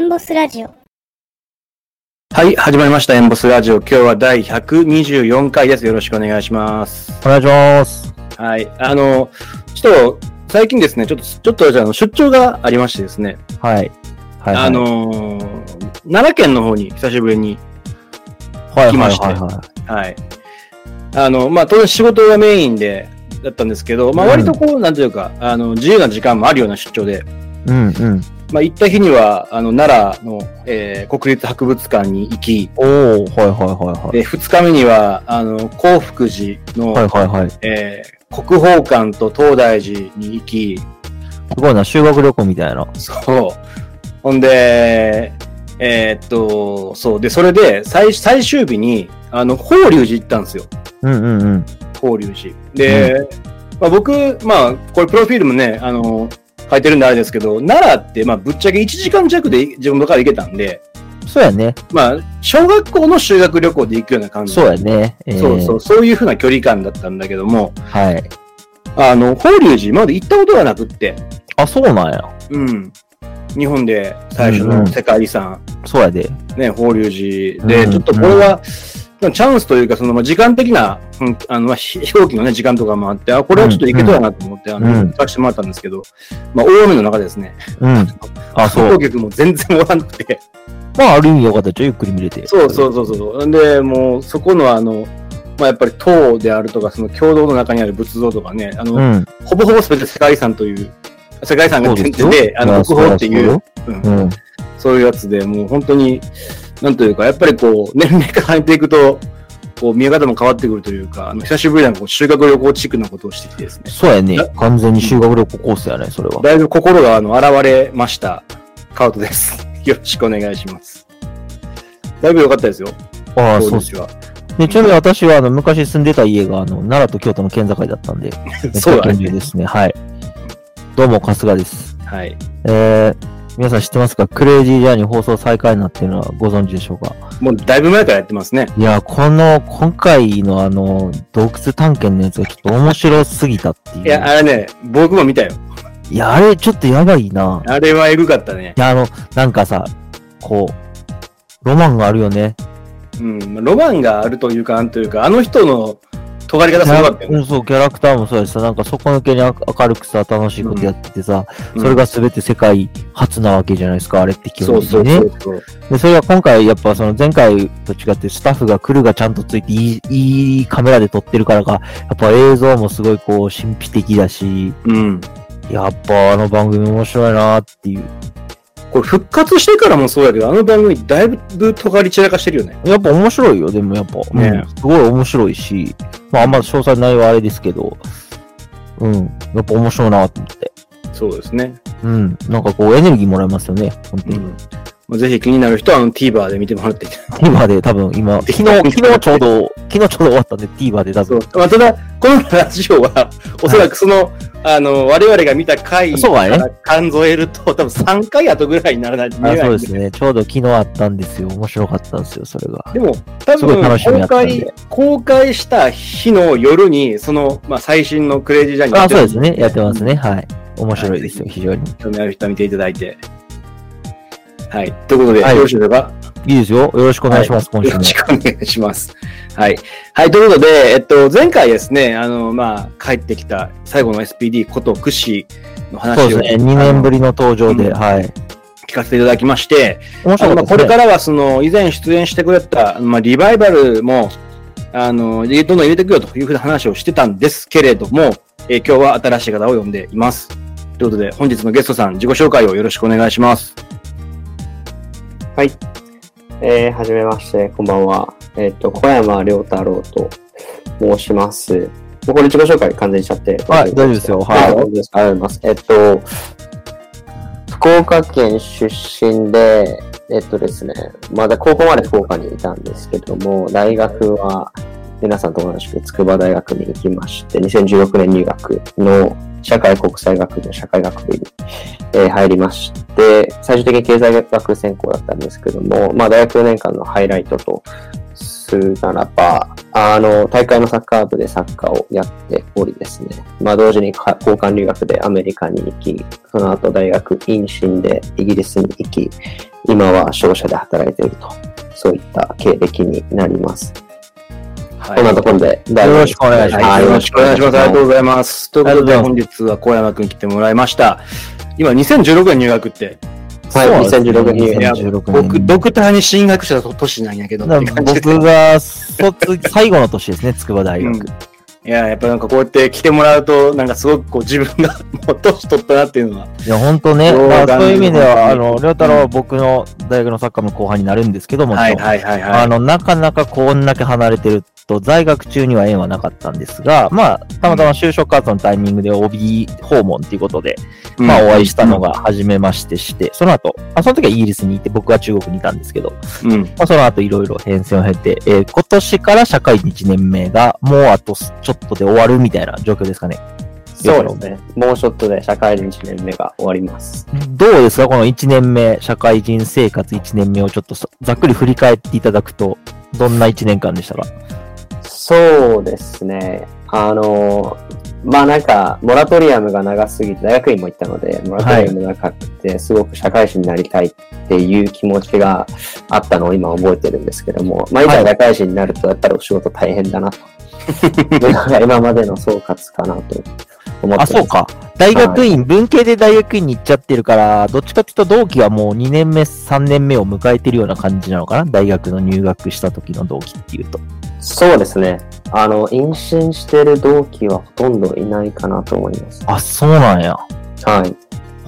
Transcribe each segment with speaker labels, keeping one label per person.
Speaker 1: ンボスラジオ。
Speaker 2: はい、始まりました、エンボスラジオ。今日は第124回です。よろしくお願いします。
Speaker 3: お願いします。
Speaker 2: はい、あの、ちょっと、最近ですね、ちょっと、ちょっと、あの、出張がありましてですね、
Speaker 3: はい。はい、はい。
Speaker 2: あ、のー、奈良県の方に久しぶりに、
Speaker 3: はい、
Speaker 2: 来ました
Speaker 3: はい、は
Speaker 2: はい。あの、まあ、当然仕事がメインで、だったんですけど、まあ、
Speaker 3: うん
Speaker 2: 割とこう、なんていうか、あの、自由な時間もあるような出張で、
Speaker 3: い。うん、うん。
Speaker 2: まあ、行った日には、あの、奈良の、えー国立博物館に行き、
Speaker 3: おー、はい、はい、はい、
Speaker 2: で、二日目には、あの、幸福寺の、
Speaker 3: はい。はい、はい、はい。す
Speaker 2: えー国宝館と東大寺に行き、
Speaker 3: ごいな、修学旅行みたいな。
Speaker 2: そう。ほんで、えーっと、そう。で、それで、最、最終日に、あの、法隆寺行ったんですよ。
Speaker 3: うん、うん、うん。
Speaker 2: 法隆寺。で、まあ僕、まあ、これプロフィールもね、あの、書いてるんであれですけど、奈良って、まあ、ぶっちゃけ1時間弱で自分のから行けたんで、
Speaker 3: そうやね。
Speaker 2: まあ、小学校の修学旅行で行くような感じ。
Speaker 3: そうやね。えー
Speaker 2: そうそう、そういうふうな距離感だったんだけども、
Speaker 3: はい。
Speaker 2: あの、法隆寺、今まで行ったことがなくって、
Speaker 3: あ、そうなんや。
Speaker 2: うん。日本で最初の世界遺産、
Speaker 3: そうやで。
Speaker 2: ね、法隆寺で、
Speaker 3: うん
Speaker 2: ちょっとこれは、まあチャンスというか、その、まあ時間的な、うんあの、まあひ飛行機のね、時間とかもあって、あ、これはちょっといけたらなと思って、あ
Speaker 3: う
Speaker 2: の、
Speaker 3: ん
Speaker 2: させてもらったんですけど、まあ、大雨の中ですね、
Speaker 3: うん。あ、そ
Speaker 2: 観
Speaker 3: う
Speaker 2: 光。客も全然おらなくて、
Speaker 3: まあ、ある意味よかったじゃんゆっくり見れて。
Speaker 2: そうそうそうそう。んで、もう、そこのあの、まあ、やっぱり塔であるとか、その共同の中にある仏像とかね、あの、
Speaker 3: うん。
Speaker 2: ほぼほぼ全て世界遺産という、世界遺産が全
Speaker 3: そ
Speaker 2: 然
Speaker 3: うです
Speaker 2: で、
Speaker 3: よ
Speaker 2: あの、国宝ってい
Speaker 3: ま
Speaker 2: う
Speaker 3: あ、
Speaker 2: うん
Speaker 3: そううん。
Speaker 2: そういうやつで、もう本当に、なんというか、やっぱりこう、年齢重ねていくと、こう、見え方も変わってくるというか、あの久しぶりなこう修学旅行チックなことをしてきてですね、
Speaker 3: そうやね。完全に修学旅行コースやね、それは。
Speaker 2: だいぶ心が、あの、現れました、カウトです。 よろしくお願いします。だいぶ良かったですよ、
Speaker 3: ああ、
Speaker 2: 当
Speaker 3: そう
Speaker 2: 時は。
Speaker 3: で、ちなみに私は、あの、昔住んでた家が、あの、奈良と京都の県境だったんで、
Speaker 2: そうだ
Speaker 3: めっち
Speaker 2: ね
Speaker 3: ゃ賢。明ですね。はい。どうも、春日です。
Speaker 2: はい。
Speaker 3: えー、皆さん知ってますかクレイジージャーニー放送再開になっていうのはご存知でしょうか
Speaker 2: もうだいぶ前からやってますね。
Speaker 3: いや、この、今回のあの、洞窟探検のやつがちょっと面白すぎたっていう。
Speaker 2: いや、あれね、僕も見たよ。
Speaker 3: いやあれちょっとやばいな。
Speaker 2: あれはエグかったね。
Speaker 3: いや、あの、なんかさ、こう、ロマンがあるよね。
Speaker 2: うん。ロマンがあるというか、なんというか、あの人の尖り方すごかったよ
Speaker 3: う
Speaker 2: ね。
Speaker 3: ん、そう、キャラクターもそうやしさ、なんか底抜けに明明るくさ、楽しいことやっててさ、
Speaker 2: うん
Speaker 3: それが全て世界初なわけじゃないですか、あれって基
Speaker 2: そう
Speaker 3: 本的
Speaker 2: そ
Speaker 3: に
Speaker 2: う
Speaker 3: ね。
Speaker 2: そうそう。
Speaker 3: で、それは今回、やっぱその前回と違って、スタッフが来るがちゃんとついて、いい、いいカメラで撮ってるからか、やっぱ映像もすごいこう、神秘的だし、
Speaker 2: うん。
Speaker 3: やっぱあの番組面白いなーっていう。
Speaker 2: これ復活してからもそうやけど、あの番組だいぶ尖り散らかしてるよね。
Speaker 3: やっぱ面白いよ、でもやっぱ。
Speaker 2: ね
Speaker 3: うん、すごい面白いし、まああんま詳細な内容はあれですけど、うん、やっぱ面白いなーと思って。
Speaker 2: そうですね。
Speaker 3: うん、なんかこう、エネルギーもらえますよね、本当
Speaker 2: う
Speaker 3: に。
Speaker 2: ん。まあ、ぜひ気になる人はあの TVer で見てもらって。
Speaker 3: TVer で多分今、昨日、昨日ちょうど、昨日ちょうど終わったんで TVer で多
Speaker 2: そ
Speaker 3: 分
Speaker 2: う。。まあ、ただ、このラジオは、おそらくその、あの、我々が見た回
Speaker 3: そう
Speaker 2: か
Speaker 3: だね
Speaker 2: ら数えると、多分3回後ぐらいにならないと見
Speaker 3: あ
Speaker 2: れない
Speaker 3: そ
Speaker 2: ん
Speaker 3: うですね。ちょうど昨日あったんですよ。面白かったんですよ、それが。
Speaker 2: でも、多
Speaker 3: すごい楽しみ
Speaker 2: 分、公
Speaker 3: やったんで
Speaker 2: 開、公開した日の夜に、その、まあ、最新のクレイジージャーニー
Speaker 3: あそうですね。やってますね。はい。面白いですよ、非常に。
Speaker 2: 興味ある人は見ていただいて。はい。ということで、
Speaker 3: はい
Speaker 2: よろしいでしょうか
Speaker 3: いいですよ。よろしくお願いします、今
Speaker 2: よ
Speaker 3: 週も
Speaker 2: ろ。しくお願いします。はい。はい、ということで、えっと、前回ですね、あの、まあ、帰ってきた最後の SPD ことくしの話
Speaker 3: そう
Speaker 2: を、
Speaker 3: ですね。2年ぶ
Speaker 2: り
Speaker 3: りの登場で、
Speaker 2: うん
Speaker 3: はい。
Speaker 2: 聞かせていただきまして、
Speaker 3: 面
Speaker 2: あの
Speaker 3: 白
Speaker 2: ま
Speaker 3: か
Speaker 2: あ
Speaker 3: った
Speaker 2: これ
Speaker 3: です
Speaker 2: か
Speaker 3: ね。
Speaker 2: らは、その、以前出演してくれた、まあ、リバイバルも、あの、どんどん入れてくよというふうな話をしてたんですけれども、えー今日は新しい方を呼んでいます。ということで、本日のゲストさん、自己紹介をよろしくお願いします。
Speaker 4: はい。えー、はじめまして、こんばんは。えっ、と、小山良太郎と申します。もうこれ自己紹介完全にしちゃって。
Speaker 3: はい、大丈夫ですよ。
Speaker 4: はい、大丈
Speaker 3: は
Speaker 4: 夫です。ありがとうございます。えっ、と、福岡県出身で、えっ、とですね、まだ高校まで福岡にいたんですけども、大学は皆さんと同じく筑波大学に行きまして、2016年入学の社会国際学部の社会学部にえー入りまして、最終的に経済学専攻だったんですけども、まあ、大学4年間のハイライトとするならば、あの、大会のサッカー部でサッカーをやっておりですね、まあ、同時にか交換留学でアメリカに行き、その後大学院進でイギリスに行き、今は商社で働いていると、そういった経歴になります。
Speaker 2: はい
Speaker 4: こんなところで、
Speaker 3: よろしくお願いします
Speaker 2: はい、よろしくお願いします。ありがとうございます。ということで、
Speaker 3: ありがとう
Speaker 2: 本日は小山くんに来てもらいました。今、2016年入学って、
Speaker 4: は
Speaker 3: そ
Speaker 4: い
Speaker 3: うなんです
Speaker 4: 2016年
Speaker 2: いや
Speaker 3: 2016年
Speaker 2: 僕、ドクターに進学した年なんやけど、
Speaker 3: だ
Speaker 2: っ
Speaker 3: か
Speaker 2: て
Speaker 3: ら
Speaker 2: 感じです
Speaker 3: 僕が 卒最後の年ですね、筑波大学。
Speaker 2: うんいや、やっぱなんかこうやって来てもらうと、なんかすごくこう自分が もう年取ったなっていうのは。
Speaker 3: いや、本当ね、
Speaker 2: そう
Speaker 3: だか
Speaker 2: だ
Speaker 3: ら
Speaker 2: ね
Speaker 3: そういう意味では、あ
Speaker 2: 本当に
Speaker 3: の、りょうたろうは僕の大学のサッカーの後輩になるんですけども、
Speaker 2: はいはいはいはい。
Speaker 3: あの、なかなかこんだけ離れてると、在学中には縁はなかったんですが、まあ、たまたま就職活動のタイミングで OB 訪問ということで、
Speaker 2: うん
Speaker 3: まあ、お会いしたの。が初めましてして、その後、あ、その時はイギリスにいて、僕は中国にいたんですけど、
Speaker 2: うん。
Speaker 3: まあ、その後いろいろ変遷を経て、えー今年から社会人1年目が、もうあとすちょっとで終わるみたいな状況ですかね。
Speaker 4: そうですね。もうちょっとで社会人1年目が終わります。
Speaker 3: どうですかこの1年目、社会人生活1年目をちょっとさざっくり振り返っていただくと、どんな1年間でしたか
Speaker 4: そうですね。あの、まあなんか、モラトリアムが長すぎて、大学院も行ったので、モラトリアムが長くて、すごく社会人になりたいっていう気持ちがあったのを今覚えてるんですけども、まあい
Speaker 3: は
Speaker 4: ざ
Speaker 3: い
Speaker 4: 社会人になると、やっぱりお仕事大変だ なと。なんか今までの総括かなと思ってま
Speaker 3: あ、
Speaker 4: す
Speaker 3: そうか。大学院、文系で大学院に行っちゃってるから、どっちかっていうと同期はもう2年目、3年目を迎えてるような感じなのかな大学の入学した時の同期っていうと。
Speaker 4: そうですね。あの、妊娠してる同期はほとんどいないかなと思います。
Speaker 3: あ、そうなんや。
Speaker 4: はい。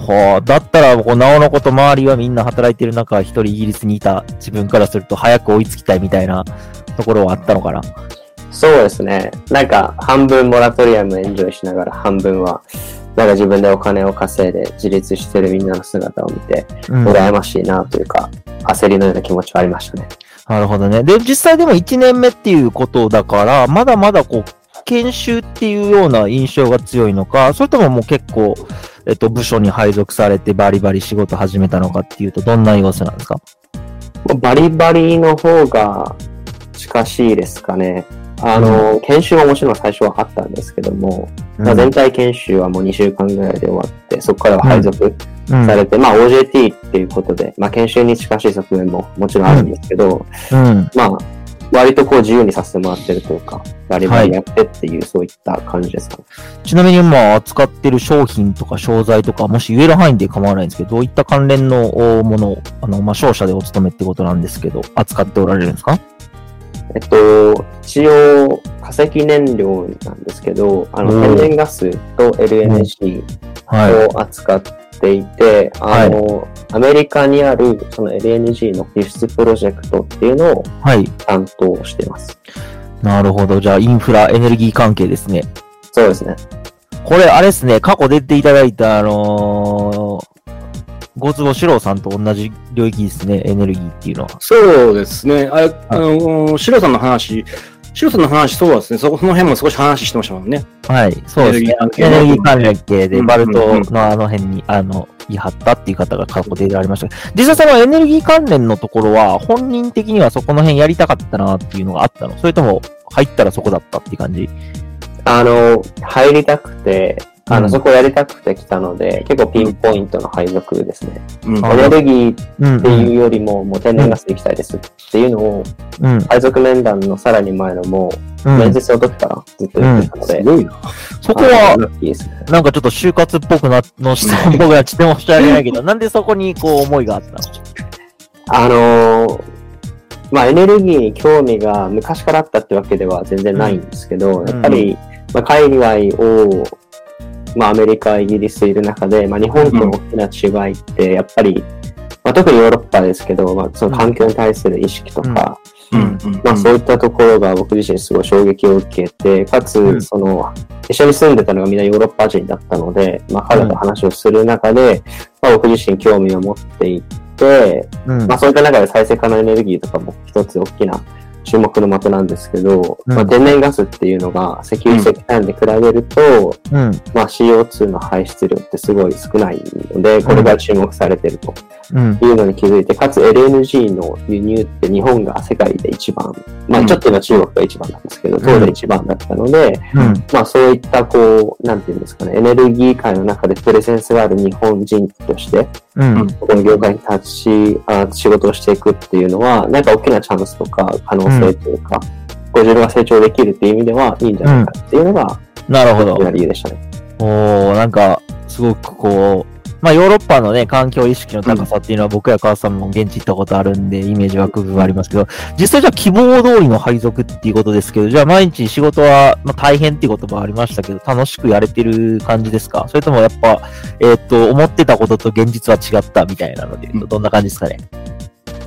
Speaker 3: はあ、だったら、こう、なおのこと周りはみんな働いてる中、一人イギリスにいた自分からすると早く追いつきたいみたいなところはあったのかな
Speaker 4: そうですね。なんか、半分モラトリアムエンジョイしながら、半分は、なんか自分でお金を稼いで自立してるみんなの姿を見て、
Speaker 3: うん
Speaker 4: 羨ましいなというか、焦りのような気持ちはありましたね。
Speaker 3: なるほどね。で、実際でも1年目っていうことだから、まだまだこう、研修っていうような印象が強いのか、それとももう結構、えっと、部署に配属されてバリバリ仕事始めたのかっていうと、どんな様子なんですか
Speaker 4: もうバリバリの方が近しいですかね。あの、研修はもちろん最初はあったんですけども、まあ全体研修はもう2週間ぐらいで終わって、そこからは配属
Speaker 3: うん
Speaker 4: されて、まあ OJT っていうことで、まあ研修に近しい側面ももちろんあるんですけど、
Speaker 3: うん。
Speaker 4: まあ、割とこう自由にさせてもらってるというか、バリバリやってっていう、そういった感じですかね。
Speaker 3: ちなみに、まあ、扱ってる商品とか商材とか、もし言える範囲で構わないんですけど、どういった関連のおものを、あの、まあ、商社でお勤めってことなんですけど、扱っておられるんですか
Speaker 4: えっと、一応、化石燃料なんですけど、あの、
Speaker 3: うん
Speaker 4: 天然ガスと LNG
Speaker 3: はい。
Speaker 4: を扱っていて、
Speaker 3: はい
Speaker 4: あの、アメリカにある、その LNG の輸出プロジェクトっていうのを
Speaker 3: はい。
Speaker 4: 担当してます。
Speaker 3: なるほど。じゃあ、インフラ、エネルギー関係ですね。
Speaker 4: そうですね。
Speaker 3: これ、あれですね、過去出ていただいた、あのー、ごつぼしろうさんと同じ領域ですね、エネルギーっていうのは。
Speaker 2: そうですね。ああの、シロさんの話、シロさんの話、そうですね。そこ、その辺も少し話してましたもんね。
Speaker 3: はい、そうですね。
Speaker 2: エネ
Speaker 3: エネ
Speaker 2: ル
Speaker 3: ル
Speaker 2: ギ
Speaker 3: ギ
Speaker 2: ー
Speaker 3: ー
Speaker 2: 関
Speaker 3: 関係
Speaker 2: う
Speaker 3: で、
Speaker 2: ん
Speaker 3: バル
Speaker 2: うん
Speaker 3: ト
Speaker 2: うん
Speaker 3: のあの辺に、あの、言い張ったっていう方が過去出られました。実際そのエネルギー関連のところは、本人的にはそこの辺やりたかったなっていうのがあったのそれとも、入ったらそこだったっていう感じ
Speaker 4: あの、入りたくて、あの、
Speaker 3: うん
Speaker 4: そこやりたくて来たので、結構ピンポイントの配属ですね。
Speaker 2: うん。
Speaker 3: あ
Speaker 4: エネルギー
Speaker 3: うん
Speaker 4: っていうよりも、もう天然ガスで行きたいですっていうのを、
Speaker 3: うん。
Speaker 4: 配属面談のさらに前のも
Speaker 3: う
Speaker 4: う、
Speaker 3: ん
Speaker 4: 面接の時からずっと言ってたので、
Speaker 2: ごいな。
Speaker 3: そこは、
Speaker 4: いいですね。
Speaker 3: なんかちょっと就活っぽくな、の質問っぽくなっちゃって申し訳ないけ ど、なんでそこにこう思いがあったの
Speaker 4: あのーまあエネルギーに興味が昔からあったってわけでは全然ないんですけど、
Speaker 3: うん
Speaker 4: やっぱり、まあ、海外を、まあアメリカ、イギリスいる中で、まあ日本との大きな違いって、やっぱり、まあ特にヨーロッパですけど、まあその環境に対する意識とか、
Speaker 2: うん。
Speaker 4: まあそういったところが僕自身すごい衝撃を受けて、か
Speaker 2: う
Speaker 4: つ、
Speaker 2: ん
Speaker 4: その、一緒に住んでたのがみんなヨーロッパ人だったので、まあ彼と話をする中で、まあ僕自身興味を持っていって、
Speaker 3: うん
Speaker 4: まあそういった中で再生可能エネルギーとかも一つ大きな注目の的なんですけど、
Speaker 3: うん
Speaker 4: まあ天然ガスっていうのが石油石炭で比べると、
Speaker 3: うん。
Speaker 4: まあ CO2 の排出量ってすごい少ないので、これが注目されてると
Speaker 3: うん。
Speaker 4: いうのに気づいて、かつ LNG の輸入って日本が世界で一番、ま
Speaker 2: う
Speaker 4: あ
Speaker 2: ん
Speaker 4: ちょっと今中国が一番なんですけど、当時一番だったので、
Speaker 3: うん。
Speaker 4: まあそういったこう、なんていうんですかね、エネルギー界の中でプレゼンスがある日本人として、
Speaker 3: うん。
Speaker 4: ここの業界に立ち、あ仕事をしていくっていうのは、なんか大きなチャンスとか可能性というか、ご自分が成長できるっていう意味ではいいんじゃないかっていうのが、
Speaker 3: なるほど
Speaker 4: 大き。な理由でしたね。
Speaker 3: おー、なんか、すごくこう、まあヨーロッパのね、環境意識の高さっていうのは僕や川瀬さんも現地行ったことあるんで、イメージ湧く部分ありますけど、実際じゃあ希望通りの配属っていうことですけど、じゃあ毎日仕事は、まあ大変っていう言葉ありましたけど、楽しくやれてる感じですかそれともやっぱ、えーっと、思ってたことと現実は違ったみたいなので言うと、
Speaker 2: うん
Speaker 3: どんな感じですかね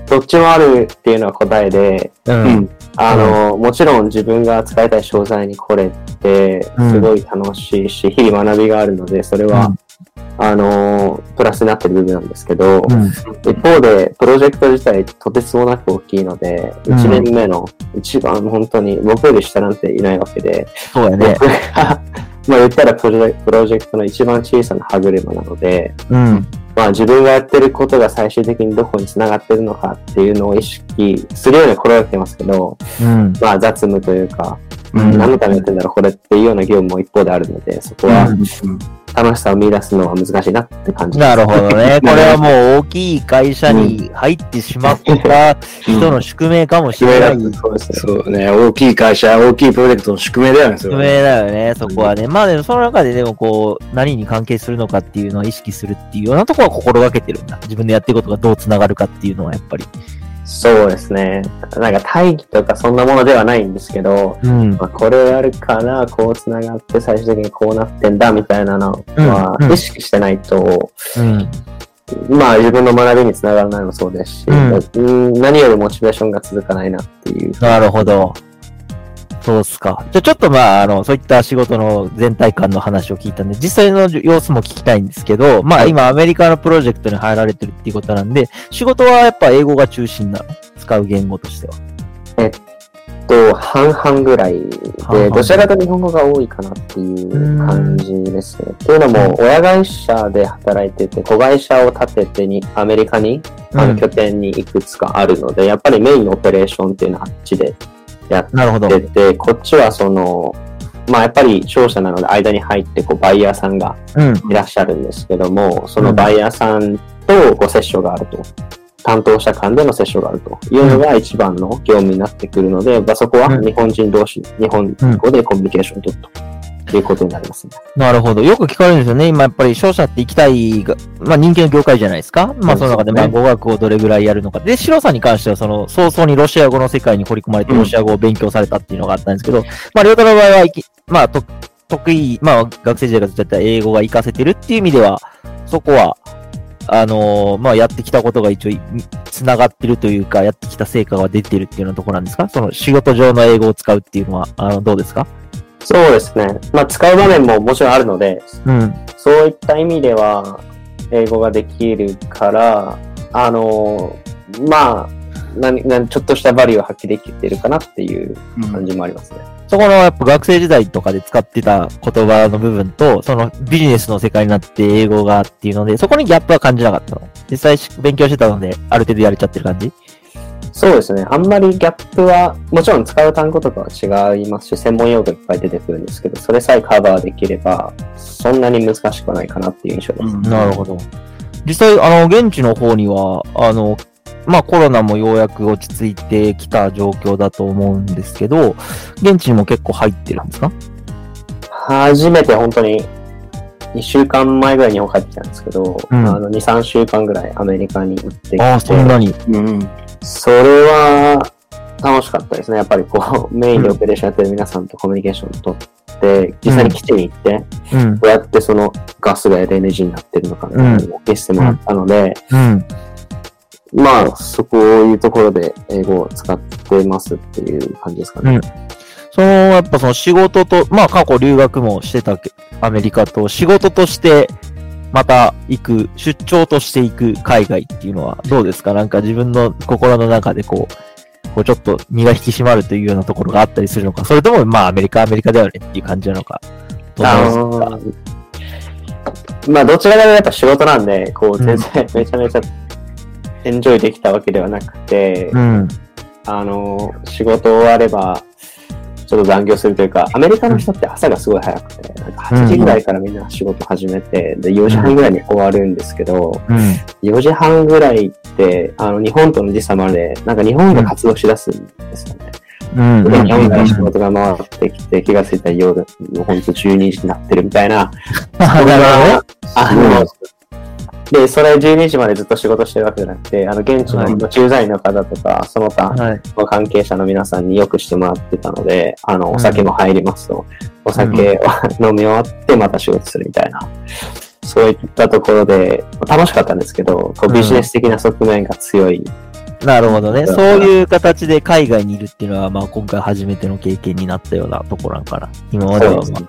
Speaker 4: どっちもあるっていうのは答えで、
Speaker 3: う。
Speaker 2: うんん。
Speaker 4: あの、もちろん自分が使いたい商材に来れて、
Speaker 3: うん
Speaker 4: すごい楽しいし、日々学びがあるので、それは、あの、プラスになってる部分なんですけど、
Speaker 3: うん。
Speaker 4: 一方で、プロジェクト自体とてつもなく大きいので、
Speaker 3: うん
Speaker 4: 1年目の一番本当に僕より下なんていないわけで、
Speaker 3: そうやね。
Speaker 4: 僕が、まあ言ったらプロジェプロジェクトの一番小さな歯車なので、
Speaker 3: うん。
Speaker 4: まあ自分がやってることが最終的にどこに繋がってるのかっていうのを意識するように心がけてますけど、
Speaker 3: うん。
Speaker 4: まあ雑務というか、
Speaker 3: うん
Speaker 4: 何のためにやってんだろうこれっていうような業務も一方であるので、そこは楽しさを見出すのは難しいなって感じです。
Speaker 3: なるほど ね。これはもう大きい会社に入ってしまった人の宿命かもしれない。
Speaker 4: そうですね。
Speaker 2: そうね、大きい会社、大きいプロジェクトの宿命だよね、それ
Speaker 3: 宿
Speaker 2: は
Speaker 3: 命だよね、そこはね。まあでもその中ででもこう、何に関係するのかっていうのは意識するっていうようなところは心がけてるんだ。自分でやってることがどう繋がるかっていうのはやっぱり。
Speaker 4: そうですね。なんか大義とかそんなものではないんですけど、
Speaker 3: うん。
Speaker 4: まあ、これをやるからこうつながって最終的にこうなってんだみたいなのは
Speaker 3: うんうん
Speaker 4: 意識してないと、
Speaker 3: うん。
Speaker 4: まあ自分の学びにつながらないのもそうですし、
Speaker 3: うん
Speaker 4: うん何よりモチベーションが続かないなっていう。
Speaker 3: なるほど。そうっすか。じゃあちょっとまあ、あの、そういった仕事の全体感の話を聞いたんで、実際の様子も聞きたいんですけど、まあ今アメリカのプロジェクトに入られてるっていうことなんで、仕事はやっぱ英語が中心なの使う言語としては。
Speaker 4: と半々ぐらいで
Speaker 3: 半々、
Speaker 4: どちらかというと日本語が多いかなっていう感じですね。というのも、親会社で働いてて、子会社を立ててに、アメリカに、あ
Speaker 3: う
Speaker 4: の
Speaker 3: ん
Speaker 4: 拠点にいくつかあるので、やっぱりメインのオペレーションっていうのはあっちでやっ
Speaker 3: なるほど。
Speaker 4: てて、こっちはその、まあやっぱり商社なので間に入ってこうバイヤーさんが
Speaker 3: うん。
Speaker 4: いらっしゃるんですけども、そのバイヤーさんとこうセッションがあると。担当者間でのセッションがあるというのが一番の業務になってくるので、まあ、そこは
Speaker 3: うん
Speaker 4: 日本人同士、日本語でコミュニケーションを取るということになりますね。
Speaker 3: なるほど。よく聞かれるんですよね。今やっぱり商社って行きたいが、まあ人気の業界じゃないですか。まあその中で、
Speaker 4: そうですね
Speaker 3: まあ語学をどれぐらいやるのか。で、シロさんに関してはその、早々にロシア語の世界に掘り込まれて
Speaker 2: うん
Speaker 3: ロシア語を勉強されたっていうのがあったんですけど、まあ両太の場合はいき、まあと得意、まあ学生時代からずっとやってた英語が活かせてるっていう意味では、そこは、あのーまあやってきたことが一応い、繋がってるというか、やってきた成果が出てるっていうようなところなんですかその仕事上の英語を使うっていうのは、あの、どうですか
Speaker 4: そうですね。まあ使う場面ももちろんあるので、
Speaker 3: うん。
Speaker 4: そういった意味では、英語ができるから、あの、まあ、何何ちょっとしたバリューを発揮できてるかなっていう感じもありますね。
Speaker 3: そこのやっぱ学生時代とかで使ってた言葉の部分と、そのビジネスの世界になって英語がっていうので、そこにギャップは感じなかったの。実際し勉強してたので、ある程度やれちゃってる感じ
Speaker 4: そうですね。あんまりギャップは、もちろん使う単語とかは違いますし、専門用語いっぱい出てくるんですけど、それさえカバーできれば、そんなに難しくはないかなっていう印象です。
Speaker 3: なるほど。実際、あの、現地の方には、あの、まあコロナもようやく落ち着いてきた状況だと思うんですけど、現地にも結構入ってるんですか
Speaker 4: 初めて本当に2週間前ぐらいに日本帰ってきたんですけど、
Speaker 3: うん
Speaker 4: あの2、3週間ぐらいアメリカに行ってきて、
Speaker 3: ああ、そんなに。
Speaker 2: うん。うん。
Speaker 4: それは楽しかったですね。やっぱりこう、メインでオペレーションやってる皆さんとコミュニケーション取って、実際に基地に行って、ど
Speaker 3: うん。
Speaker 4: うやってそのガスが LNG になってるのかみたいなのを見せてもらったので、
Speaker 3: うん。
Speaker 4: まあ、そこいうところで英語を使ってますっていう感じですかね。
Speaker 3: うんその、やっぱその仕事と、まあ過去留学もしてたけアメリカと、仕事として、また行く、出張として行く海外っていうのはどうですかなんか自分の心の中でこう、こうちょっと身が引き締まるというようなところがあったりするのか、それともまあアメリカはアメリカだよねっていう感じなのか。どう
Speaker 4: あ
Speaker 3: なんですか
Speaker 4: のーまあ、どちらかというとやっぱ仕事なんで、こう、全然 めちゃめちゃエンジョイできたわけではなくて、
Speaker 3: うん。
Speaker 4: あのー仕事終われば、ちちょっと残業するというか、アメリカの人って朝がすごい早くて、なんか8時ぐらいからみんな仕事始めて、で、4時半ぐらいに終わるんですけど、
Speaker 3: うん。
Speaker 4: 4時半ぐらいって、あの、日本との時差まで、なんか日本が活動しだすんですよね。
Speaker 3: うん。
Speaker 4: で日本から仕事が回ってきて、気がついたら夜、もうほんと12時になってるみたいな、
Speaker 3: あなるほどね
Speaker 4: あの、で、それ12時までずっと仕事してるわけじゃなくて、あの、現地の駐在員の方とか、その他
Speaker 3: はい。
Speaker 4: の関係者の皆さんによくしてもらってたので、あの、
Speaker 3: ん
Speaker 4: お酒も入りますと、お酒を飲み終わってまた仕事するみたいな、そういったところで、楽しかったんですけど、こう
Speaker 3: うん
Speaker 4: ビジネス的な側面が強い。
Speaker 3: なるほどね。
Speaker 4: だ
Speaker 3: そ
Speaker 4: か
Speaker 3: う
Speaker 4: ら
Speaker 3: いう形で海外にいるっていうのは、まあ今回初めての経験になったようなところだから。今までは、ま
Speaker 4: そうで
Speaker 3: あ。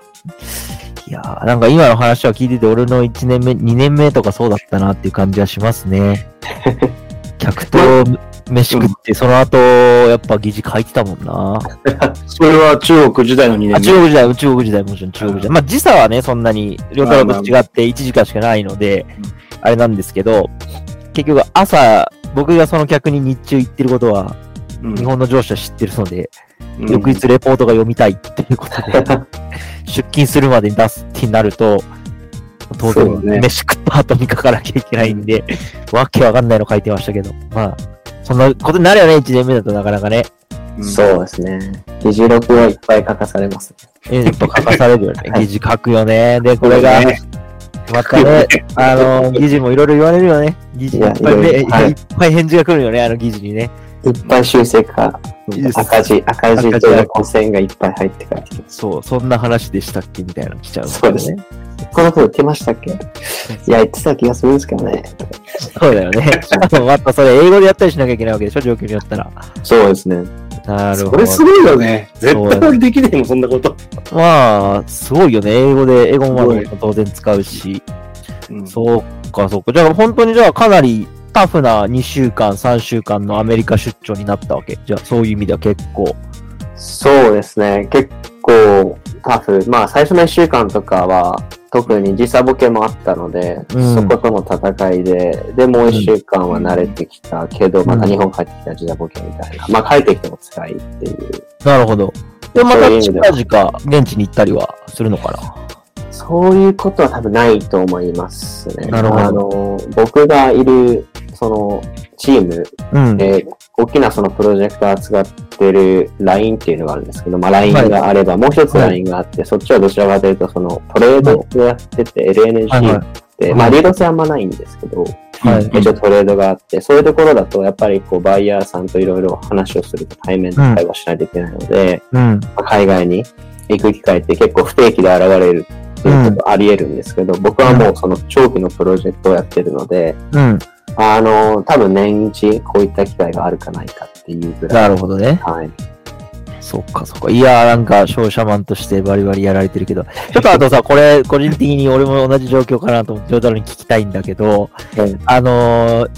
Speaker 3: いやーなんか今の話は聞いてて、俺の1年目、2年目とかそうだったなっていう感じはしま すね。客と飯食って、その後、やっぱ議事書いてたもんな。
Speaker 2: それは中国時代の2
Speaker 3: あ
Speaker 2: 年
Speaker 3: 中国時代、中国時代、もちろん中国時代。まあ時差はね、そんなに、両太郎と違って1時間しかないので
Speaker 2: うん、
Speaker 3: あれなんですけど、結局朝、僕がその客に日中行ってることは、
Speaker 2: 目
Speaker 3: 日本の上司は知ってるそうで、
Speaker 2: うん
Speaker 3: 翌日レポートが読みたいっていうことで、出勤するまでに出すってなると、当
Speaker 2: そうだね
Speaker 3: 然、飯食った後に書かなきゃいけないんで、わけわかんないの書いてましたけど、まあ、そんなことになるよね、1年目だとなかなかね。
Speaker 2: うん
Speaker 4: そうですね。議事録はいっぱい書かされます。
Speaker 3: えやっぱ書かされるよね。
Speaker 4: はい
Speaker 3: 議事書くよね。で、これが、
Speaker 2: ね
Speaker 3: またね、あの、議事もいろいろ言われるよね。議事、
Speaker 4: い
Speaker 3: い
Speaker 4: や
Speaker 3: っぱいね、
Speaker 4: いろいろはい
Speaker 3: いっぱい返事が来るよね、あの議事にね。
Speaker 4: いっぱい修正か
Speaker 3: いいで、す
Speaker 4: 赤字、赤字
Speaker 3: 赤字
Speaker 4: と汚染がいっぱい入って帰ってきま
Speaker 3: そう、そんな話でしたっけみたいなの来ちゃう、
Speaker 4: そうですね。す。このこと言ってましたっけいや、言ってた気がするんですけどね。
Speaker 3: そうだよね。またそれ英語でやったりしなきゃいけないわけでしょ、状況によったら。
Speaker 4: そうですね。
Speaker 3: なる
Speaker 2: そ
Speaker 3: ほ
Speaker 2: れす
Speaker 3: ど。
Speaker 2: ごいよね。絶対できねえもん、そんなこと。
Speaker 3: まあ、すごいよね。英語で、英語も
Speaker 2: す
Speaker 3: 当然使うし。
Speaker 2: うん
Speaker 3: そうか、そうか。じゃあ本当にじゃあかなりタフな2週間、3週間のアメリカ出張になったわけ。じゃあそういう意味では結構。
Speaker 4: そうですね。結構タフ。まあ、最初の1週間とかは、特に時差ボケもあったので、
Speaker 3: うん
Speaker 4: そことの戦いで、で、もう1週間は慣れてきたけど、
Speaker 3: うん
Speaker 4: また日本帰ってきたら時差ボケみたいな。まあ、帰ってきても辛いっていう。
Speaker 3: なるほど。で、また
Speaker 4: そういう意味
Speaker 3: 近
Speaker 4: では
Speaker 3: 々現地に行ったりはするのかな。
Speaker 4: そういうことは多分ないと思いますね。
Speaker 3: なるほど
Speaker 4: あの、僕がいる、その、チーム
Speaker 3: うん。
Speaker 4: で、大きなそのプロジェクター扱ってる LINE っていうのがあるんですけど、まあ LINE
Speaker 3: はい
Speaker 4: があれば、もう一つ LINE があって、そっちはどちらかというと、その、トレードをやってて、LNG
Speaker 3: はいはい
Speaker 4: って、まあリード性あんまないんですけど、
Speaker 3: はい
Speaker 2: うん
Speaker 4: 一応トレードがあって、そういうところだと、やっぱりこう、バイヤーさんといろいろ話をすると対面で会話しないといけないので、
Speaker 3: うん。
Speaker 4: 海外に行く機会って結構不定期で現れるっていうことあり得るんですけど、僕はもうその長期のプロジェクトをやってるので、
Speaker 3: うん。
Speaker 4: あの、多分年一こういった機会があるかないかっていうぐら
Speaker 3: な
Speaker 4: い。
Speaker 3: るほどね。
Speaker 4: はい。
Speaker 3: そっかそっか。いやーなんか、商社マンとしてバリバリやられてるけど。ちょっとあとさ、これ、個人的に俺も同じ状況かなと思って、ジョータロに聞きたいんだけど、
Speaker 4: うん
Speaker 3: あのー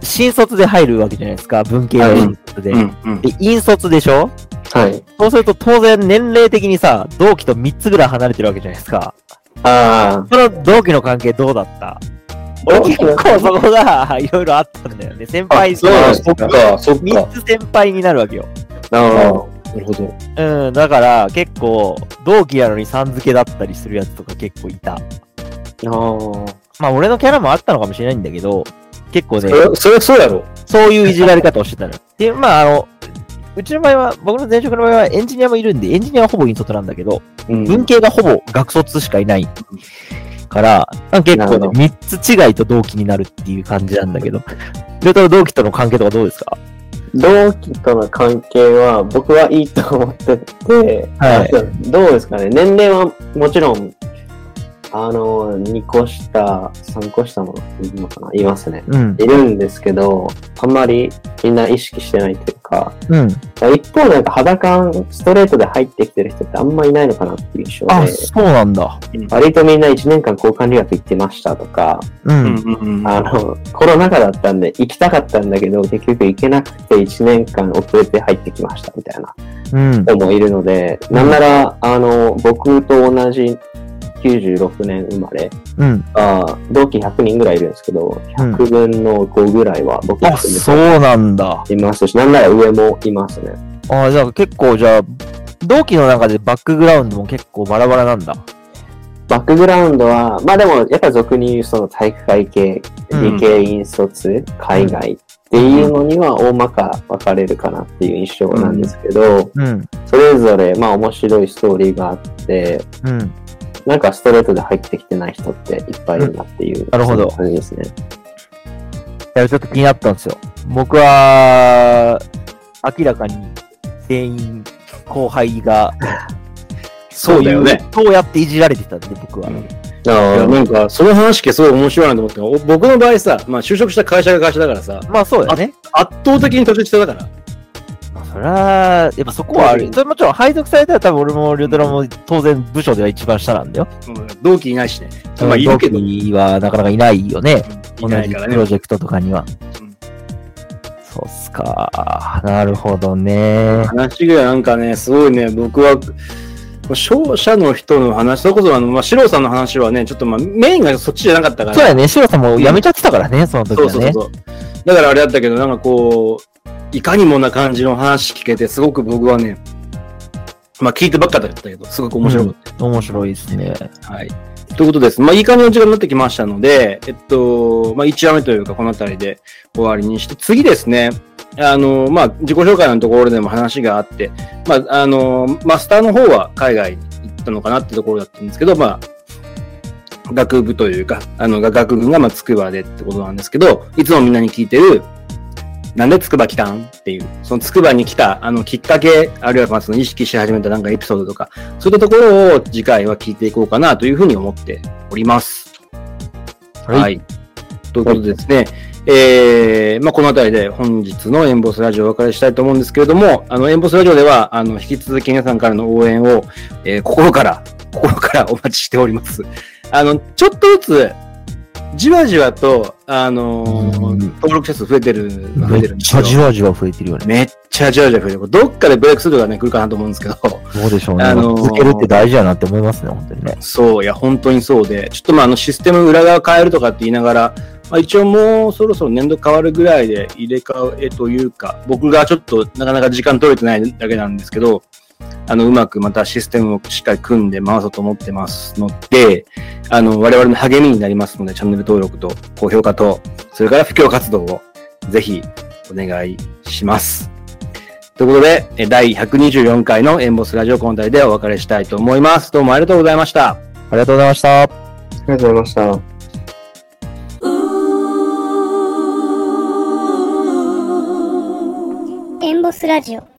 Speaker 3: 新卒で入るわけじゃないですか。文系の新卒で。
Speaker 2: うんうん
Speaker 3: で、引率でしょ
Speaker 4: はい。
Speaker 3: そうすると当然年齢的にさ、同期と3つぐらい離れてるわけじゃないですか。
Speaker 4: あ
Speaker 3: その同期の関係どうだった俺
Speaker 4: 同期
Speaker 3: 結
Speaker 4: の
Speaker 3: 構そこがいろいろあったんだよね。先輩、
Speaker 2: そうなんですか、そっ
Speaker 3: 3
Speaker 2: か。
Speaker 3: つ先輩になるわけよ。
Speaker 4: あ、なるほ
Speaker 2: なるほど。
Speaker 3: うん、だから結構同期やのにさん付けだったりするやつとか結構いた。
Speaker 4: ど。
Speaker 3: まあ俺のキャラもあったのかもしれないんだけど、結構ね
Speaker 2: そ、れそれはそうやろ。
Speaker 3: そういういじられ方をしてたのよ。で、まああの、うちの場合は、僕の前職の場合はエンジニアもいるんで、エンジニアはほぼイントトなんだけど、
Speaker 2: うん
Speaker 3: 文系がほぼ学卒しかいないから、なんか結
Speaker 4: なるほ
Speaker 3: 構
Speaker 4: ど
Speaker 3: ね、3つ違いと同期になるっていう感じなんだけど、両方同期との関係とかどうですか
Speaker 4: 同期との関係は僕はいいと思ってて、
Speaker 3: はい
Speaker 4: い、どうですかね年齢はもちろん、あの、2個下、3個下もいるのかないますね。
Speaker 3: うん。
Speaker 4: いるんですけど、あんまりみんな意識してないというか、
Speaker 3: うん。
Speaker 4: 一方なんか肌感、ストレートで入ってきてる人ってあんまいないのかなっていう印象で
Speaker 3: あ、、そうなんだ。
Speaker 4: 割とみんな1年間交換留学行ってましたとか、
Speaker 3: うん。
Speaker 2: うんうんうん
Speaker 4: あの、コロナ禍だったんで行きたかったんだけど、結局行けなくて1年間遅れて入ってきましたみたいな
Speaker 3: うん。
Speaker 4: 人もいるので、なんなら、あの、僕と同じ96年生まれ、
Speaker 3: うん。
Speaker 4: あ同期100人ぐらいいるんですけど、
Speaker 3: うん
Speaker 4: 100分の5ぐらいは僕
Speaker 3: あ、
Speaker 4: 含めて
Speaker 3: そうなんだ。
Speaker 4: いますし、なんなら上もいますね。
Speaker 3: あじゃあ結構じゃあ、同期の中でバックグラウンドも結構バラバラなんだ。
Speaker 4: バックグラウンドは、まあでも、やっぱ俗に言うその体育会系、
Speaker 3: うん
Speaker 4: 理系院卒、海外っていうのには大まか分かれるかなっていう印象なんですけど、
Speaker 3: うん。
Speaker 4: それぞれ、まあ面白いストーリーがあって、
Speaker 3: うん。
Speaker 4: なんかストレートで入ってきてない人っていっぱいいるなっていう、
Speaker 3: なるほど
Speaker 4: そんな感じですね。
Speaker 3: いや、ちょっと気になったんですよ。僕は、明らかに全員後輩が、
Speaker 2: そうだよね。
Speaker 3: そういう。そうやっていじられてたんで、僕は。
Speaker 2: いや
Speaker 4: あ
Speaker 2: なんか、その話聞けすごい面白いなと思ったのがお僕の場合さ、まあ、就職した会社が会社だからさ、
Speaker 3: まあそうだよね。
Speaker 2: 圧倒的に年下だから。
Speaker 3: まあそりゃ、やっぱそこはある。それもちろん配属されたら多分俺もリョドラも当然部署では一番下なんだよ。
Speaker 2: うん同期いないしね。まあ、いるけど、
Speaker 3: 同
Speaker 2: い
Speaker 3: 期はなかなかいないよね。
Speaker 2: ないから
Speaker 3: 同じプロ
Speaker 2: ね。
Speaker 3: ジェクトとかには。
Speaker 2: うん
Speaker 3: そうっすか。なるほどね。
Speaker 2: 話がなんかね、すごいね、僕は、勝者の人の話、それこそあの、まあ、四郎さんの話はね、ちょっとまあ、メインがそっちじゃなかったから。
Speaker 3: そうやね。シロさんも辞めちゃってたからね、その時
Speaker 2: そう
Speaker 3: は
Speaker 2: そう
Speaker 3: ね。
Speaker 2: そう。だからあれだったけど、なんかこう、いかにもな感じの話聞けて、すごく僕はね、まあ聞いてばっかだったけど、すごく面白かった。
Speaker 3: 面白いですね。
Speaker 2: はい。ということです。まあいい感じの時間になってきましたので、えっと、まあ1話目というかこの辺りで終わりにして、次ですね、あの、まあ自己紹介のところでも話があって、まああの、マスターの方は海外に行ったのかなってところだったんですけど、まあ、学部というか、あの、が学部が、まあ、筑波でってことなんですけど、いつもみんなに聞いてる、なんで筑波来たんっていう、その筑波に来た、あの、きっかけ、あるいは、まあ、その意識し始めたなんかエピソードとか、そういったところを次回は聞いていこうかなというふうに思っております。はい。
Speaker 3: はい。
Speaker 2: ということでですね、えー、まあ、この辺りで本日のエンボスラジオをお別れしたいと思うんですけれども、あの、エンボスラジオでは、あの、引き続き皆さんからの応援を、えー心から、心から お待ちしております。あの、ちょっとずつ、じわじわと、あのー
Speaker 3: うん
Speaker 2: 登録者数増えてる、増
Speaker 3: め
Speaker 2: えてる
Speaker 3: っ
Speaker 2: んです
Speaker 3: ち
Speaker 2: よ
Speaker 3: ゃじわじわ増えてるよね。
Speaker 2: めっちゃじわじわ増えてる。どっかでブレイクスルーがね、来るかなと思うんですけど、
Speaker 3: どうでしょうね。
Speaker 2: あのー
Speaker 3: 続けるって大事だなって思いますね、本当にね。
Speaker 2: そう、いや、本当にそうで、ちょっとまあ、あの、システム裏側変えるとかって言いながら、まあ、一応もうそろそろ年度変わるぐらいで入れ替えというか、僕がちょっとなかなか時間取れてないだけなんですけど、あの、うまくまたシステムをしっかり組んで回そうと思ってますので、あの、我々の励みになりますので、チャンネル登録と高評価と、それから布教活動をぜひお願いします。ということで、え第124回のエンボスラジオ今回でお別れしたいと思います。どうもありがとうございました。
Speaker 3: ありがとうございました。
Speaker 4: りがとうございました。
Speaker 1: エンボスラジオ